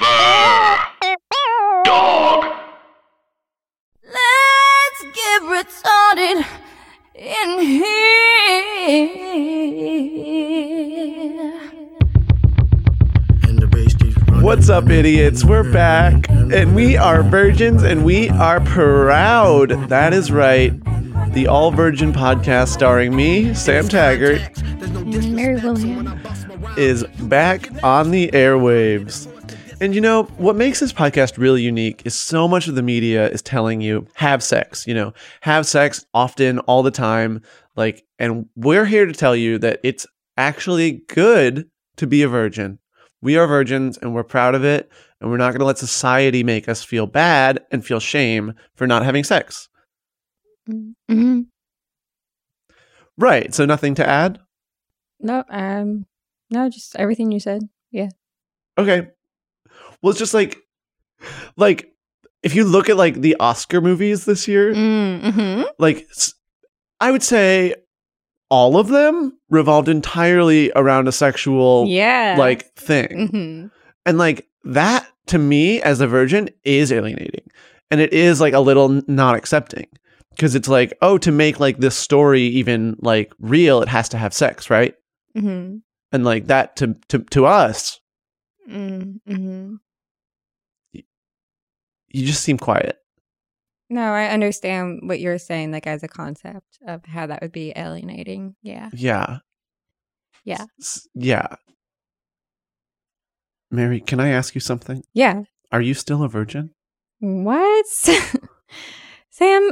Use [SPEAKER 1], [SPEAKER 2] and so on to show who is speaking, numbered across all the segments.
[SPEAKER 1] Forever. Dog.
[SPEAKER 2] Let's get retarded in here.
[SPEAKER 3] What's up, idiots? We're back, and we are virgins, and we are proud. That is right. The All Virgin podcast, starring me, Sam Taggart,
[SPEAKER 2] Mary Williams.
[SPEAKER 3] is back on the airwaves. And you know, what makes this podcast really unique is so much of the media is telling you have sex, you know, have sex often, all the time. Like, and we're here to tell you that it's actually good to be a virgin. We are virgins and we're proud of it. And we're not going to let society make us feel bad and feel shame for not having sex.
[SPEAKER 2] Mm-hmm.
[SPEAKER 3] Right. So, nothing to add?
[SPEAKER 2] No, um, no, just everything you said.
[SPEAKER 3] Okay. Well, it's just like, like, if you look at like the Oscar movies this year,
[SPEAKER 2] Mm-hmm.
[SPEAKER 3] like s- I would say all of them revolved entirely around a sexual
[SPEAKER 2] Yeah.
[SPEAKER 3] like thing.
[SPEAKER 2] hmm
[SPEAKER 3] And like that to me as a virgin is alienating. And it is like a little n- not accepting because it's like, oh, to make like this story even like real, it has to have sex, right?
[SPEAKER 2] hmm
[SPEAKER 3] And like that to to to us,
[SPEAKER 2] Mm-hmm.
[SPEAKER 3] you just seem quiet.
[SPEAKER 2] No, I understand what you're saying, like as a concept of how that would be alienating. Yeah.
[SPEAKER 3] Yeah.
[SPEAKER 2] Yeah.
[SPEAKER 3] S- yeah. Mary, can I ask you something?
[SPEAKER 2] Yeah.
[SPEAKER 3] Are you still a virgin?
[SPEAKER 2] What? Sam,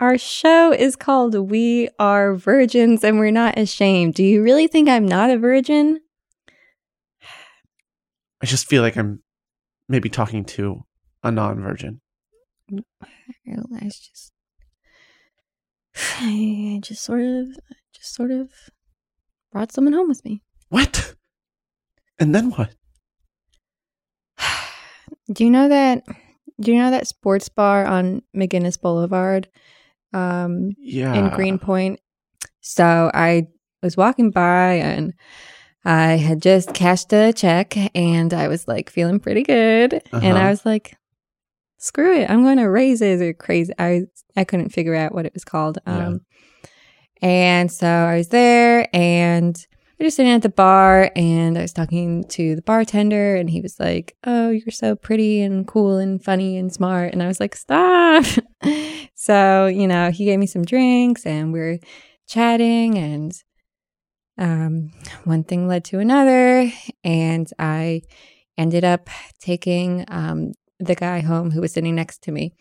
[SPEAKER 2] our show is called We Are Virgins and We're Not Ashamed. Do you really think I'm not a virgin?
[SPEAKER 3] I just feel like I'm maybe talking to a non virgin.
[SPEAKER 2] I realize just I just sort of just sort of brought someone home with me.
[SPEAKER 3] What? And then what?
[SPEAKER 2] Do you know that do you know that sports bar on McGinnis Boulevard? Um
[SPEAKER 3] Yeah.
[SPEAKER 2] in Greenpoint. So I was walking by and I had just cashed a check and I was like feeling pretty good. And
[SPEAKER 3] Uh-huh.
[SPEAKER 2] I was like, screw it, I'm going to raises or crazy. I, I couldn't figure out what it was called.
[SPEAKER 3] Yeah.
[SPEAKER 2] Um, And so I was there and we were just sitting at the bar and I was talking to the bartender and he was like, Oh, you're so pretty and cool and funny and smart. And I was like, Stop. so, you know, he gave me some drinks and we were chatting and um, one thing led to another. And I ended up taking um, the guy home who was sitting next to me.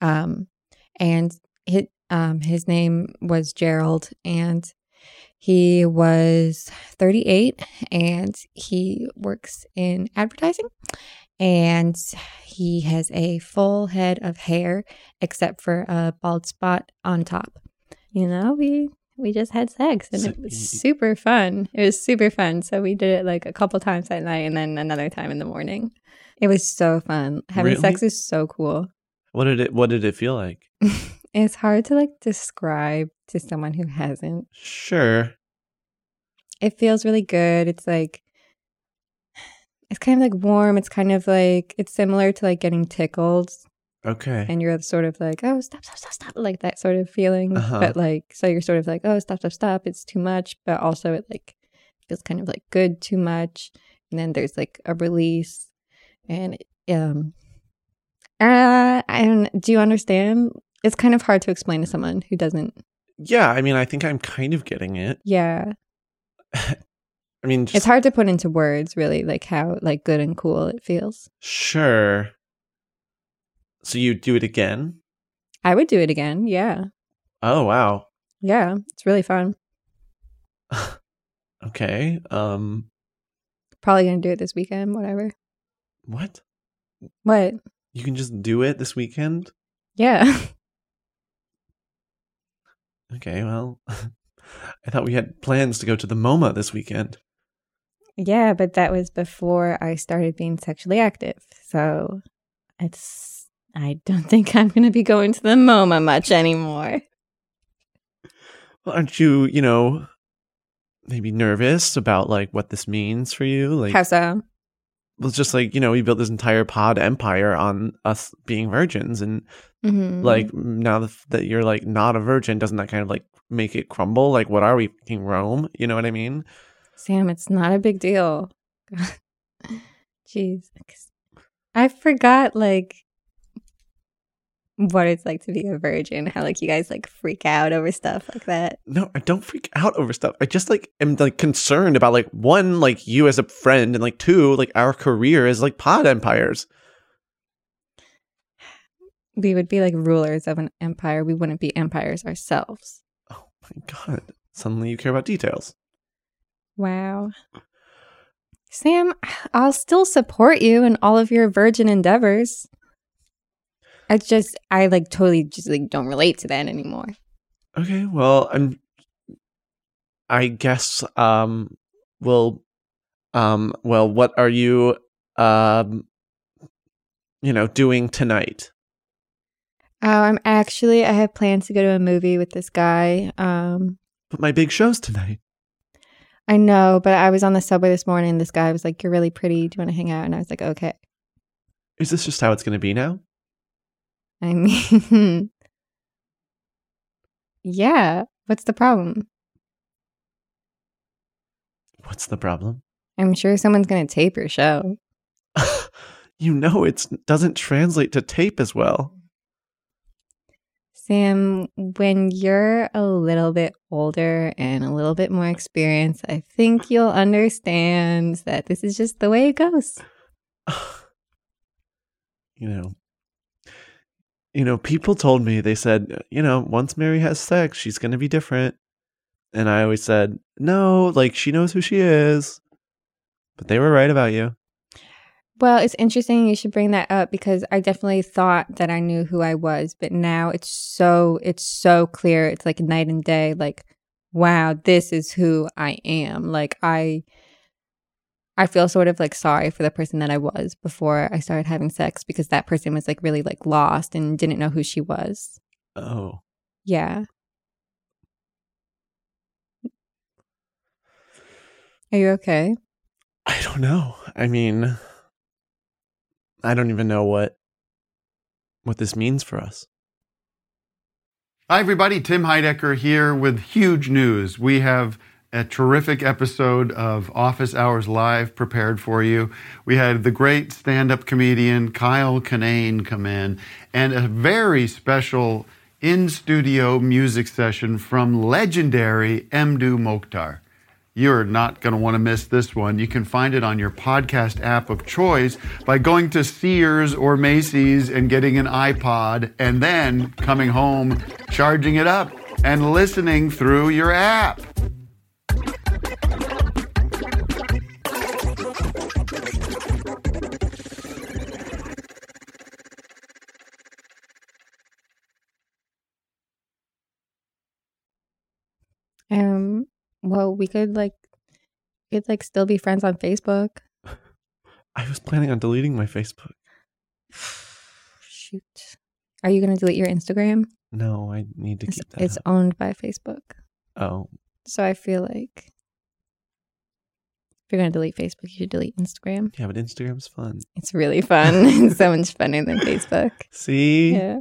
[SPEAKER 2] Um, and his, um, his name was Gerald, and he was 38 and he works in advertising. And he has a full head of hair except for a bald spot on top. You know, we we just had sex and
[SPEAKER 3] So
[SPEAKER 2] it was
[SPEAKER 3] you-
[SPEAKER 2] super fun. It was super fun. So we did it like a couple times at night and then another time in the morning. It was so fun. Having
[SPEAKER 3] Really?
[SPEAKER 2] sex is so cool.
[SPEAKER 3] What did it what did it feel like?
[SPEAKER 2] It's hard to like describe to someone who hasn't.
[SPEAKER 3] Sure.
[SPEAKER 2] It feels really good. It's like it's kind of like warm. It's kind of like it's similar to like getting tickled
[SPEAKER 3] Okay.
[SPEAKER 2] and you're sort of like, "Oh, stop, stop, stop, stop." Like that sort of feeling.
[SPEAKER 3] Uh-huh.
[SPEAKER 2] But like so you're sort of like, "Oh, stop, stop, stop. It's too much." But also it like feels kind of like good too much. And then there's like a release and um uh I don't do you understand? It's kind of hard to explain to someone who doesn't
[SPEAKER 3] Yeah, I mean I think I'm kind of getting it.
[SPEAKER 2] Yeah.
[SPEAKER 3] I mean just
[SPEAKER 2] It's hard to put into words really like how like good and cool it feels.
[SPEAKER 3] sure. So you do it again?
[SPEAKER 2] I would do it again. Yeah.
[SPEAKER 3] Oh wow.
[SPEAKER 2] Yeah. It's really fun.
[SPEAKER 3] Okay. Um
[SPEAKER 2] Probably going to do it this weekend, whatever.
[SPEAKER 3] what?
[SPEAKER 2] What?
[SPEAKER 3] You can just do it this weekend?
[SPEAKER 2] Yeah.
[SPEAKER 3] Okay, well I thought we had plans to go to the MoMA this weekend.
[SPEAKER 2] yeah, but that was before I started being sexually active. So it's I don't think I'm going to be going to the MoMA much anymore.
[SPEAKER 3] Well, aren't you, you know, maybe nervous about like what this means for you? Like
[SPEAKER 2] How so?
[SPEAKER 3] was just like, you know, he built this entire pod empire on us being virgins. And
[SPEAKER 2] Mhm.
[SPEAKER 3] like, now that you're like not a virgin, doesn't that kind of like make it crumble? Like, what are we, fucking Rome? You know what I mean?
[SPEAKER 2] Sam, it's not a big deal. Jeez. I forgot like what it's like to be a virgin, how like you guys like freak out over stuff like that.
[SPEAKER 3] No, I don't freak out over stuff. I just like am like concerned about like one, like you as a friend, and like two, like our career as like pod empires.
[SPEAKER 2] We would be like rulers of an empire. We wouldn't be empires ourselves.
[SPEAKER 3] Oh my god. Suddenly you care about details.
[SPEAKER 2] Wow. Sam, I'll still support you in all of your virgin endeavors. I just I like totally just like don't relate to that anymore.
[SPEAKER 3] Okay, well, I'm I guess um well um well what are you um you know doing tonight?
[SPEAKER 2] Oh, I'm actually I have plans to go to a movie with this guy. Um
[SPEAKER 3] But my big show's tonight.
[SPEAKER 2] I know, but I was on the subway this morning and this guy was like, You're really pretty. Do you want to hang out? And I was like, Okay.
[SPEAKER 3] Is this just how it's gonna be now?
[SPEAKER 2] I mean Yeah. What's the problem?
[SPEAKER 3] What's the problem?
[SPEAKER 2] I'm sure someone's gonna tape your show.
[SPEAKER 3] you know it doesn't translate to tape as well.
[SPEAKER 2] Sam, when you're a little bit older and a little bit more experienced, I think you'll understand that this is just the way it goes.
[SPEAKER 3] you know. You know, people told me they said, "Uh, you know, once Mary has sex, she's going to be different. And I always said, no, like she knows who she is. But they were right about you.
[SPEAKER 2] Well, it's interesting you should bring that up because I definitely thought that I knew who I was, but now it's so it's so clear. It's like night and day like wow, this is who I am. Like I I feel sort of like sorry for the person that I was before I started having sex because that person was like really like lost and didn't know who she was.
[SPEAKER 3] Oh.
[SPEAKER 2] Yeah. Are you okay?
[SPEAKER 3] I don't know. I mean, I don't even know what what this means for us.
[SPEAKER 4] Hi, everybody. Tim Heidecker here with huge news. We have a terrific episode of Office Hours Live prepared for you. We had the great stand up comedian Kyle Kinane come in and a very special in studio music session from legendary Mdu Mokhtar. You're not going to want to miss this one. You can find it on your podcast app of choice by going to Sears or Macy's and getting an iPod and then coming home, charging it up, and listening through your app.
[SPEAKER 2] Um, well, we could like we could like still be friends on Facebook.
[SPEAKER 3] I was planning on deleting my Facebook.
[SPEAKER 2] Shoot. Are you going to delete your Instagram?
[SPEAKER 3] No, I need to
[SPEAKER 2] It's,
[SPEAKER 3] keep that.
[SPEAKER 2] it's
[SPEAKER 3] up.
[SPEAKER 2] owned by Facebook.
[SPEAKER 3] oh,
[SPEAKER 2] So I feel like if you're going to delete Facebook, you should delete Instagram.
[SPEAKER 3] yeah, but Instagram's fun.
[SPEAKER 2] It's really fun. it's so much funner than Facebook.
[SPEAKER 3] See?
[SPEAKER 2] Yeah.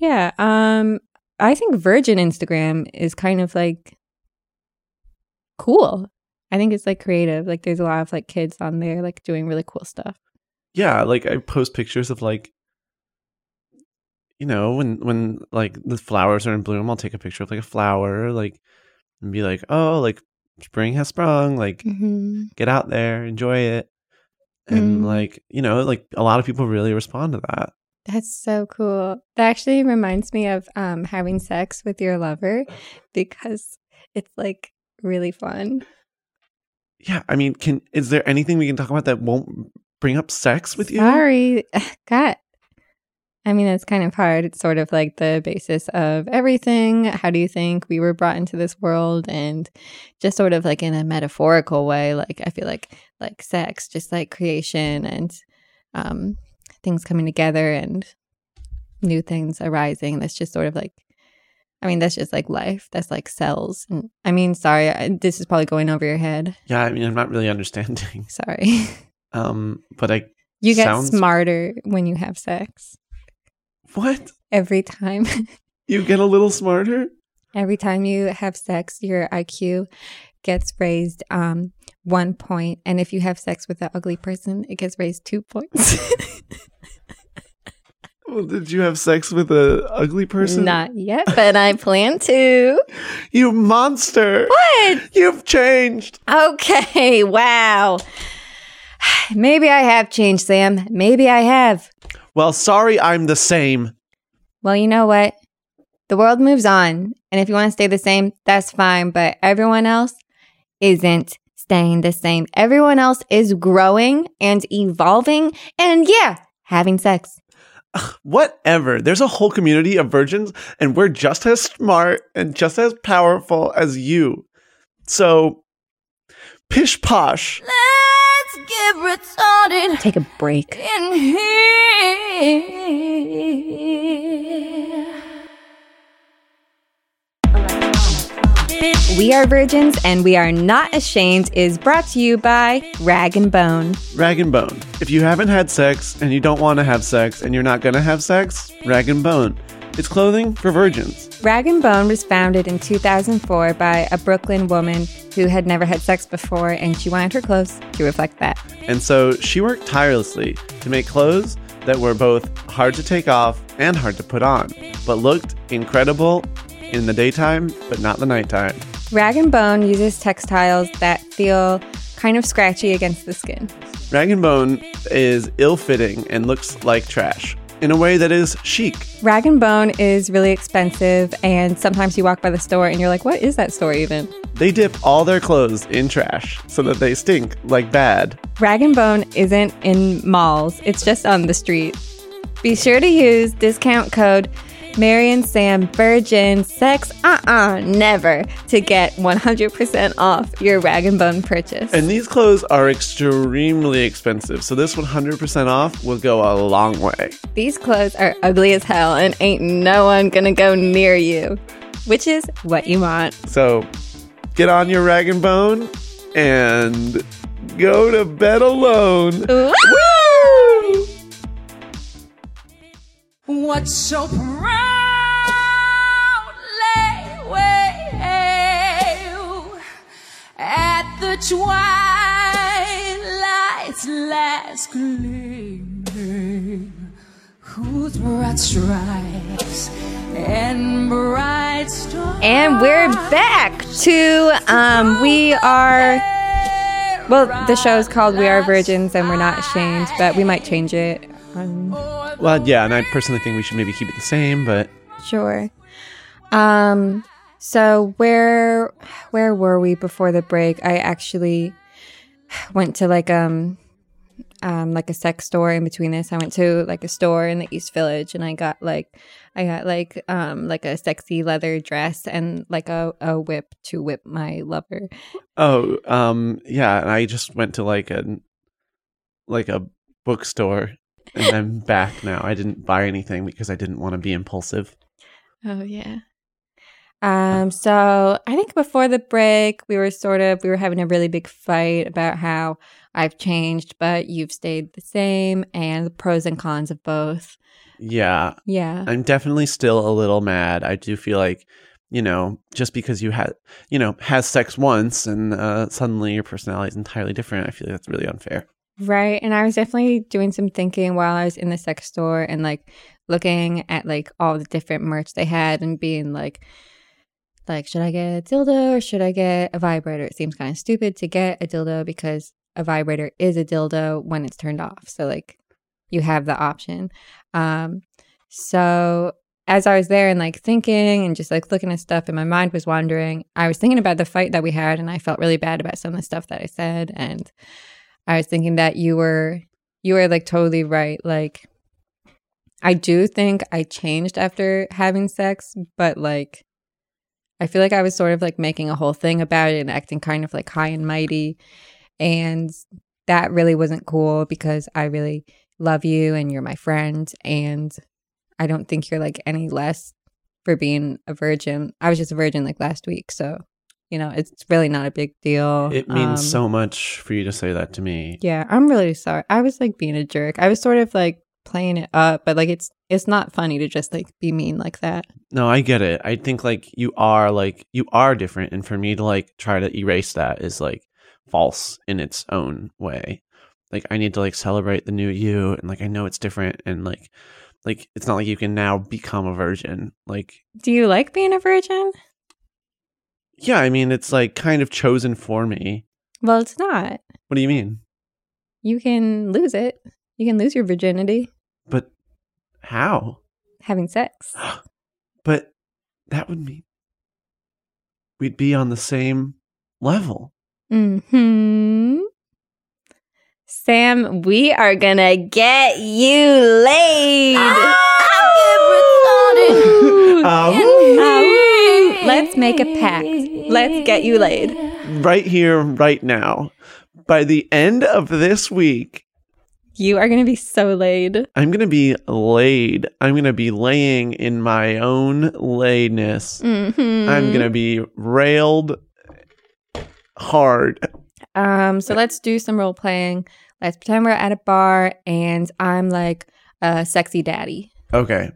[SPEAKER 2] Yeah. Um I think Virgin Instagram is kind of like cool. I think it's like creative. Like there's a lot of like kids on there like doing really cool stuff.
[SPEAKER 3] yeah like i post pictures of like you know when when like the flowers are in bloom i'll take a picture of like a flower like and be like oh like spring has sprung like
[SPEAKER 2] Mm-hmm.
[SPEAKER 3] get out there enjoy it and
[SPEAKER 2] Mm.
[SPEAKER 3] like you know like a lot of people really respond to that
[SPEAKER 2] That's so cool. That actually reminds me of um having sex with your lover because it's like really fun.
[SPEAKER 3] yeah i mean can is there anything we can talk about that won't bring up sex with you
[SPEAKER 2] Sorry. God. I mean, that's kind of hard. It's sort of like the basis of everything. How do you think we were brought into this world? And just sort of like in a metaphorical way, like I feel like like sex, just like creation and um, things coming together and new things arising. That's just sort of like I mean, that's just like life. That's like cells. And, I mean, sorry, I, this is probably going over your head.
[SPEAKER 3] Yeah, I mean, I'm not really understanding.
[SPEAKER 2] Sorry.
[SPEAKER 3] Um, but I
[SPEAKER 2] you get
[SPEAKER 3] Sounds-
[SPEAKER 2] smarter when you have sex
[SPEAKER 3] what?
[SPEAKER 2] every time.
[SPEAKER 3] You get a little smarter?
[SPEAKER 2] Every time you have sex, your IQ gets raised um, one point, and if you have sex with an ugly person, it gets raised two points.
[SPEAKER 3] Well, did you have sex with a ugly person?
[SPEAKER 2] Not yet, but I plan to.
[SPEAKER 3] You monster!
[SPEAKER 2] What?
[SPEAKER 3] You've changed.
[SPEAKER 2] Okay, wow. Maybe I have changed, Sam. Maybe I have.
[SPEAKER 3] Well, sorry, I'm the same.
[SPEAKER 2] Well, you know what? The world moves on, and if you want to stay the same, that's fine, but everyone else isn't staying the same. Everyone else is growing and evolving, and yeah, having sex.
[SPEAKER 3] Whatever. There's a whole community of virgins, and we're just as smart and just as powerful as you. So, pish posh.
[SPEAKER 5] Let's get retarded
[SPEAKER 2] Take a break.
[SPEAKER 5] in here.
[SPEAKER 2] We Are Virgins and We Are Not Ashamed is brought to you by Rag and Bone.
[SPEAKER 3] Rag and bone. If you haven't had sex and you don't want to have sex and you're not going to have sex, rag and bone. It's clothing for virgins.
[SPEAKER 2] Rag and Bone was founded in 2004 by a Brooklyn woman who had never had sex before and she wanted her clothes to reflect that.
[SPEAKER 3] And so she worked tirelessly to make clothes that were both hard to take off and hard to put on, but looked incredible in the daytime, but not the nighttime.
[SPEAKER 2] Rag and Bone uses textiles that feel kind of scratchy against the skin.
[SPEAKER 3] Rag and Bone is ill fitting and looks like trash in a way that is chic.
[SPEAKER 2] Rag and Bone is really expensive and sometimes you walk by the store and you're like, what is that store even?
[SPEAKER 3] They dip all their clothes in trash so that they stink like bad.
[SPEAKER 2] Rag and Bone isn't in malls, it's just on the street. Be sure to use discount code Marion Sam Virgin Sex Uh Uh Never to get 100% off your Rag and Bone purchase.
[SPEAKER 3] And these clothes are extremely expensive, so this 100% off will go a long way.
[SPEAKER 2] These clothes are ugly as hell and ain't no one gonna go near you, which is what you want.
[SPEAKER 3] So get on your Rag and Bone and go to bed alone.
[SPEAKER 2] Woo!
[SPEAKER 5] What's so proudly wave at the twilight's last gleaming, whose broad stripes and bright stars
[SPEAKER 2] And we're back to um we are well the show's called We Are Virgins and We're Not Ashamed, but we might change it. I'm
[SPEAKER 3] Well, yeah, and I personally think we should maybe keep it the same, but
[SPEAKER 2] sure. Um so where where were we before the break? I actually went to like um um like a sex store in between this. I went to like a store in the East Village and I got like I got like um like a sexy leather dress and like a, a whip to whip my lover.
[SPEAKER 3] Oh, um, yeah. And I just went to like a like a bookstore, and I'm back now. I didn't buy anything because I didn't want to be impulsive.
[SPEAKER 2] Oh yeah. Um, so I think before the break we were sort of we were having a really big fight about how I've changed, but you've stayed the same and the pros and cons of both.
[SPEAKER 3] Yeah,
[SPEAKER 2] Yeah.
[SPEAKER 3] I'm definitely still a little mad. I do feel like, you know, just because you had, you know, has sex once and uh, suddenly your personality is entirely different, I feel like that's really unfair.
[SPEAKER 2] Right. And I was definitely doing some thinking while I was in the sex store and like looking at like all the different merch they had and being like, like, should I get a dildo or should I get a vibrator? It seems kind of stupid to get a dildo because a vibrator is a dildo when it's turned off. So like you have the option. Um so as I was there and like thinking and just like looking at stuff and my mind was wandering, I was thinking about the fight that we had and I felt really bad about some of the stuff that I said and I was thinking that you were you were like totally right. Like I do think I changed after having sex, but like I feel like I was sort of like making a whole thing about it and acting kind of like high and mighty and that really wasn't cool because I really love you and you're my friend and I don't think you're like any less for being a virgin. I was just a virgin like last week, so you know it's really not a big deal. um,
[SPEAKER 3] It means so much for you to say that to me.
[SPEAKER 2] Yeah, I'm really sorry. I was like being a jerk. I was sort of like playing it up, but like it's it's not funny to just like be mean like that.
[SPEAKER 3] No, I get it. I think like you are like you are different, and for me to like try to erase that is like false in its own way. Like I need to like celebrate the new you, and like I know it's different, and like like it's not like you can now become a virgin. Like
[SPEAKER 2] Do you like being a virgin?
[SPEAKER 3] yeah, I mean it's like kind of chosen for me.
[SPEAKER 2] Well, it's not.
[SPEAKER 3] What do you mean?
[SPEAKER 2] You can lose it. You can lose your virginity
[SPEAKER 3] But how?
[SPEAKER 2] having sex.
[SPEAKER 3] But that would mean we'd be on the same level.
[SPEAKER 2] Hmm. Sam, we are gonna get you laid. Ooh. Let's make a pact. Let's get you laid.
[SPEAKER 3] right here, right now. By the end of this week,
[SPEAKER 2] You are gonna be so laid.
[SPEAKER 3] I'm going to be laid. I'm going to be laying in my own layness.
[SPEAKER 2] Mm-hmm.
[SPEAKER 3] I'm going to be railed hard.
[SPEAKER 2] Um, so let's do some role playing. Let's pretend we're at a bar and I'm like a sexy daddy.
[SPEAKER 3] Okay.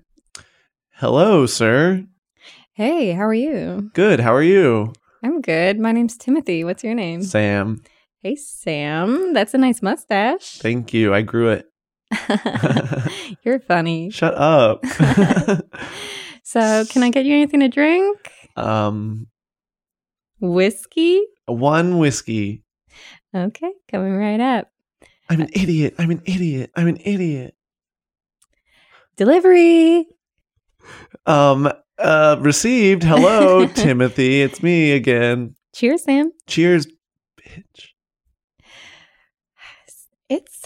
[SPEAKER 3] Hello, sir.
[SPEAKER 2] Hey, how are you?
[SPEAKER 3] Good. How are you?
[SPEAKER 2] I'm good. My name's Timothy. What's your name?
[SPEAKER 3] Sam.
[SPEAKER 2] Hey, Sam. That's a nice mustache.
[SPEAKER 3] Thank you. I grew it.
[SPEAKER 2] You're funny.
[SPEAKER 3] Shut up.
[SPEAKER 2] So, can I get you anything to drink?
[SPEAKER 3] um,
[SPEAKER 2] Whiskey?
[SPEAKER 3] one whiskey.
[SPEAKER 2] Okay, coming right up.
[SPEAKER 3] I'm an idiot. I'm an idiot. I'm an idiot.
[SPEAKER 2] Delivery.
[SPEAKER 3] Um, uh, received. Hello, Timothy. It's me again.
[SPEAKER 2] Cheers, Sam.
[SPEAKER 3] Cheers, bitch.
[SPEAKER 2] It's,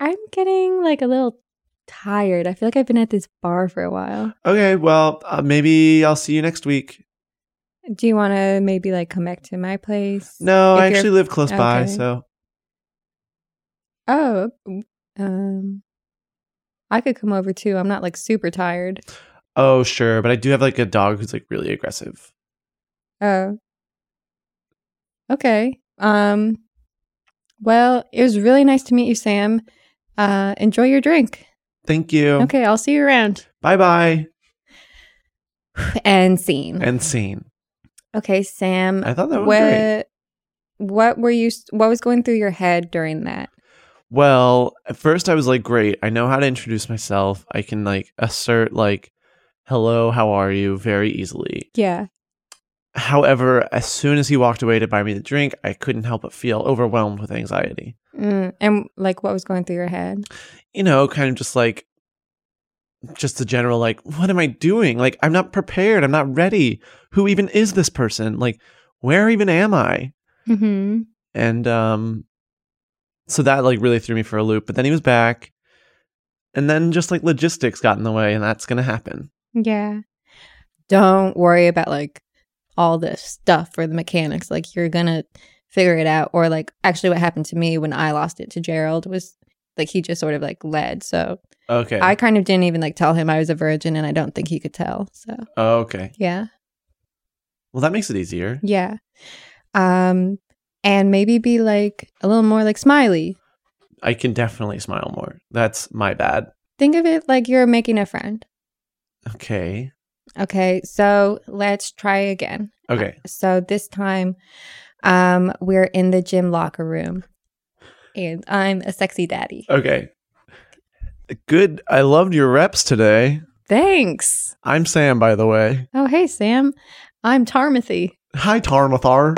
[SPEAKER 2] I'm getting like a little tired. I feel like I've been at this bar for a while.
[SPEAKER 3] Okay, well, uh, maybe I'll see you next week.
[SPEAKER 2] Do you want to maybe like come back to my place?
[SPEAKER 3] No, I
[SPEAKER 2] If you're-
[SPEAKER 3] actually live close by,
[SPEAKER 2] okay.
[SPEAKER 3] so
[SPEAKER 2] Oh, um, I could come over too. I'm not like super tired.
[SPEAKER 3] oh sure. But I do have like a dog who's like really aggressive.
[SPEAKER 2] Oh, okay. Um, well, it was really nice to meet you, Sam. Uh, enjoy your drink.
[SPEAKER 3] Thank you.
[SPEAKER 2] Okay, I'll see you around.
[SPEAKER 3] Bye bye.
[SPEAKER 2] And scene.
[SPEAKER 3] And scene.
[SPEAKER 2] Okay, Sam.
[SPEAKER 3] I thought that was great.
[SPEAKER 2] What, what were you? What was going through your head during that?
[SPEAKER 3] Well, at first I was like, great. I know how to introduce myself. I can like assert like, hello, how are you, very easily.
[SPEAKER 2] Yeah.
[SPEAKER 3] However, as soon as he walked away to buy me the drink, I couldn't help but feel overwhelmed with anxiety.
[SPEAKER 2] Mm, and like, what was going through your head?
[SPEAKER 3] you know, kind of just like, just the general, like, what am I doing? Like, I'm not prepared. I'm not ready. Who even is this person? Like, where even am I?
[SPEAKER 2] Mm-hmm.
[SPEAKER 3] And, um, so that like really threw me for a loop. But then he was back. And then just like logistics got in the way, and that's going to happen.
[SPEAKER 2] Yeah. Don't worry about like all this stuff for the mechanics. Like you're gonna figure it out. Or like actually what happened to me when I lost it to Gerald was like he just sort of like led. So
[SPEAKER 3] Okay.
[SPEAKER 2] I kind of didn't even like tell him I was a virgin and I don't think he could tell. So
[SPEAKER 3] okay.
[SPEAKER 2] yeah.
[SPEAKER 3] Well, that makes it easier.
[SPEAKER 2] Yeah. Um and maybe be like a little more like smiley.
[SPEAKER 3] I can definitely smile more. That's my bad.
[SPEAKER 2] Think of it like you're making a friend.
[SPEAKER 3] Okay.
[SPEAKER 2] Okay, so let's try again.
[SPEAKER 3] Okay.
[SPEAKER 2] So this time, um, we're in the gym locker room, and I'm a sexy daddy.
[SPEAKER 3] Okay. Good. I loved your reps today.
[SPEAKER 2] Thanks.
[SPEAKER 3] I'm Sam, by the way.
[SPEAKER 2] Oh, hey Sam, I'm Tarmathy.
[SPEAKER 3] Hi, Tarmathar.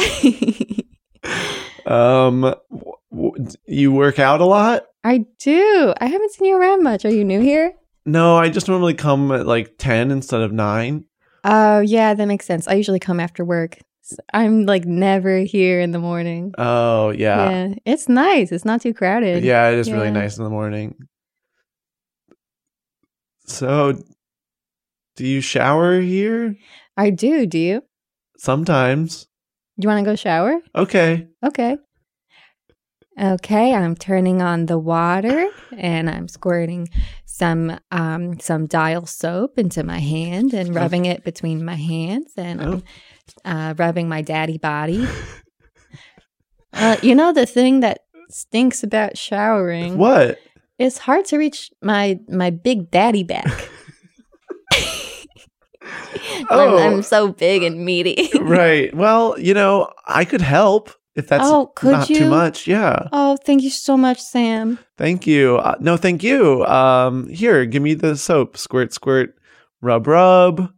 [SPEAKER 3] um, w- w- you work out a lot?
[SPEAKER 2] I do. I haven't seen you around much. Are you new here?
[SPEAKER 3] No, I just normally come at like 10 instead of 9.
[SPEAKER 2] Oh, yeah, that makes sense. I usually come after work. S- I'm like never here in the morning.
[SPEAKER 3] Oh, yeah.
[SPEAKER 2] yeah, it's nice. It's not too
[SPEAKER 3] Yeah,
[SPEAKER 2] crowded.
[SPEAKER 3] it is really
[SPEAKER 2] Yeah.
[SPEAKER 3] nice in the morning. So, do you shower here?
[SPEAKER 2] I do. Do you?
[SPEAKER 3] Sometimes.
[SPEAKER 2] You want to go shower?
[SPEAKER 3] Okay.
[SPEAKER 2] Okay. Okay, I'm turning on the water and I'm squirting some um, some dial soap into my hand
[SPEAKER 3] Oh.
[SPEAKER 2] and rubbing it between my hands and I'm uh, rubbing my daddy body. Uh, you know the thing that stinks about showering?
[SPEAKER 3] What?
[SPEAKER 2] It's hard to reach my my big daddy back. I'm-
[SPEAKER 3] Oh.
[SPEAKER 2] I'm, so big and meaty.
[SPEAKER 3] right. Well, you know, I could help if that's
[SPEAKER 2] Oh, could
[SPEAKER 3] not
[SPEAKER 2] you?
[SPEAKER 3] too much. Yeah.
[SPEAKER 2] oh, thank you so much, Sam.
[SPEAKER 3] Thank you. Uh, no, thank you. Um, here, give me the soap. Squirt, squirt, rub, rub.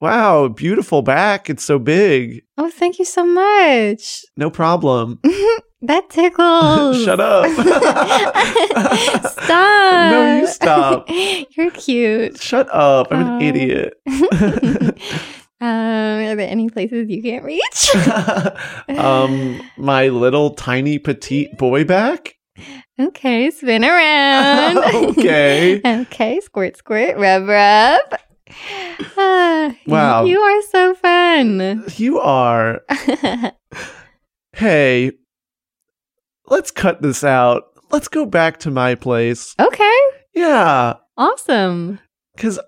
[SPEAKER 3] Wow, beautiful back. It's so big.
[SPEAKER 2] Oh, thank you so much.
[SPEAKER 3] No problem.
[SPEAKER 2] That tickles.
[SPEAKER 3] Shut up.
[SPEAKER 2] stop.
[SPEAKER 3] No, you stop.
[SPEAKER 2] You're cute.
[SPEAKER 3] Shut up. I'm an
[SPEAKER 2] Oh.
[SPEAKER 3] idiot.
[SPEAKER 2] um, are there any places you can't reach?
[SPEAKER 3] um, my little tiny petite boy back.
[SPEAKER 2] okay, spin around.
[SPEAKER 3] Okay.
[SPEAKER 2] okay, squirt, squirt, rub, rub. Ah,
[SPEAKER 3] Wow.
[SPEAKER 2] You are so fun.
[SPEAKER 3] You are. Hey, let's cut this out. Let's go back to my place.
[SPEAKER 2] okay,
[SPEAKER 3] Yeah.
[SPEAKER 2] awesome.
[SPEAKER 3] Because,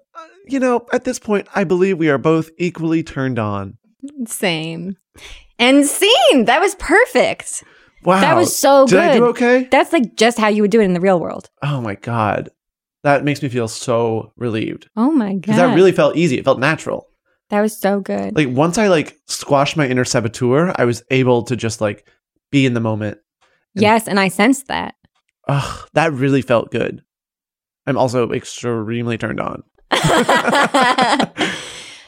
[SPEAKER 3] you know, at this point, I believe we are both equally turned on.
[SPEAKER 2] Same. And scene. That was perfect.
[SPEAKER 3] Wow.
[SPEAKER 2] That was so
[SPEAKER 3] Did I
[SPEAKER 2] good.
[SPEAKER 3] do okay?
[SPEAKER 2] That's like just how you would do it in the real world.
[SPEAKER 3] Oh my God. That makes me feel so relieved.
[SPEAKER 2] Oh my god.
[SPEAKER 3] Because that really felt easy. It felt natural.
[SPEAKER 2] That was so good.
[SPEAKER 3] Like once I like squashed my inner saboteur, I was able to just like be in the moment.
[SPEAKER 2] yes, and I sensed that.
[SPEAKER 3] Ugh, that really felt good. I'm also extremely turned on.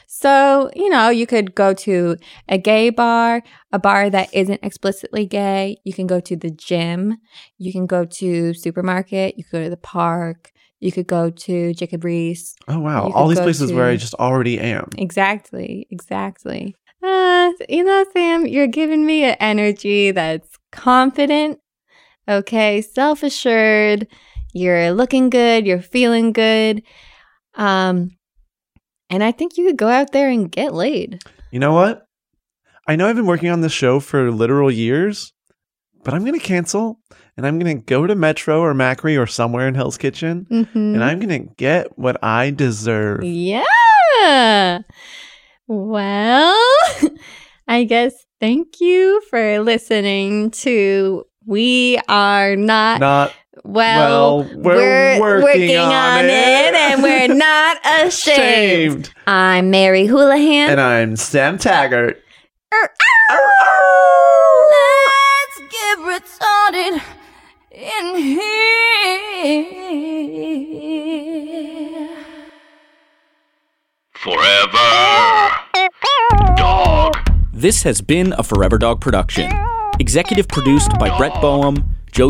[SPEAKER 2] so, you know, you could go to a gay bar, a bar that isn't explicitly gay. You can go to the gym. You can go to supermarket. You could go to the park. You could go to Jacob Reese.
[SPEAKER 3] Oh wow.
[SPEAKER 2] You
[SPEAKER 3] All
[SPEAKER 2] could
[SPEAKER 3] these
[SPEAKER 2] go
[SPEAKER 3] places where
[SPEAKER 2] to-
[SPEAKER 3] I just already am.
[SPEAKER 2] Exactly. Exactly. Uh, you know, Sam, you're giving me an energy that's confident, okay, self assured. You're looking good. You're feeling good. Um, and I think you could go out there and get laid.
[SPEAKER 3] You know what? I know I've been working on this show for literal years, but I'm going to cancel and I'm going to go to Metro or Macri or somewhere in Hell's Kitchen
[SPEAKER 2] Mm-hmm.
[SPEAKER 3] and I'm going to get what I deserve.
[SPEAKER 2] Yeah. Well, I guess thank you for listening to We Are Not,
[SPEAKER 3] Not
[SPEAKER 2] Well.
[SPEAKER 3] well, we're, working, on, it,
[SPEAKER 2] and we're not ashamed.
[SPEAKER 3] Shamed.
[SPEAKER 2] I'm Mary Houlihan. Er,
[SPEAKER 3] And I'm Sam Taggart. Oh!
[SPEAKER 5] Let's get retarded in here.
[SPEAKER 1] Forever. Dog.
[SPEAKER 6] This has been a Forever Dog production. Executive produced by Brett Boehm, Joe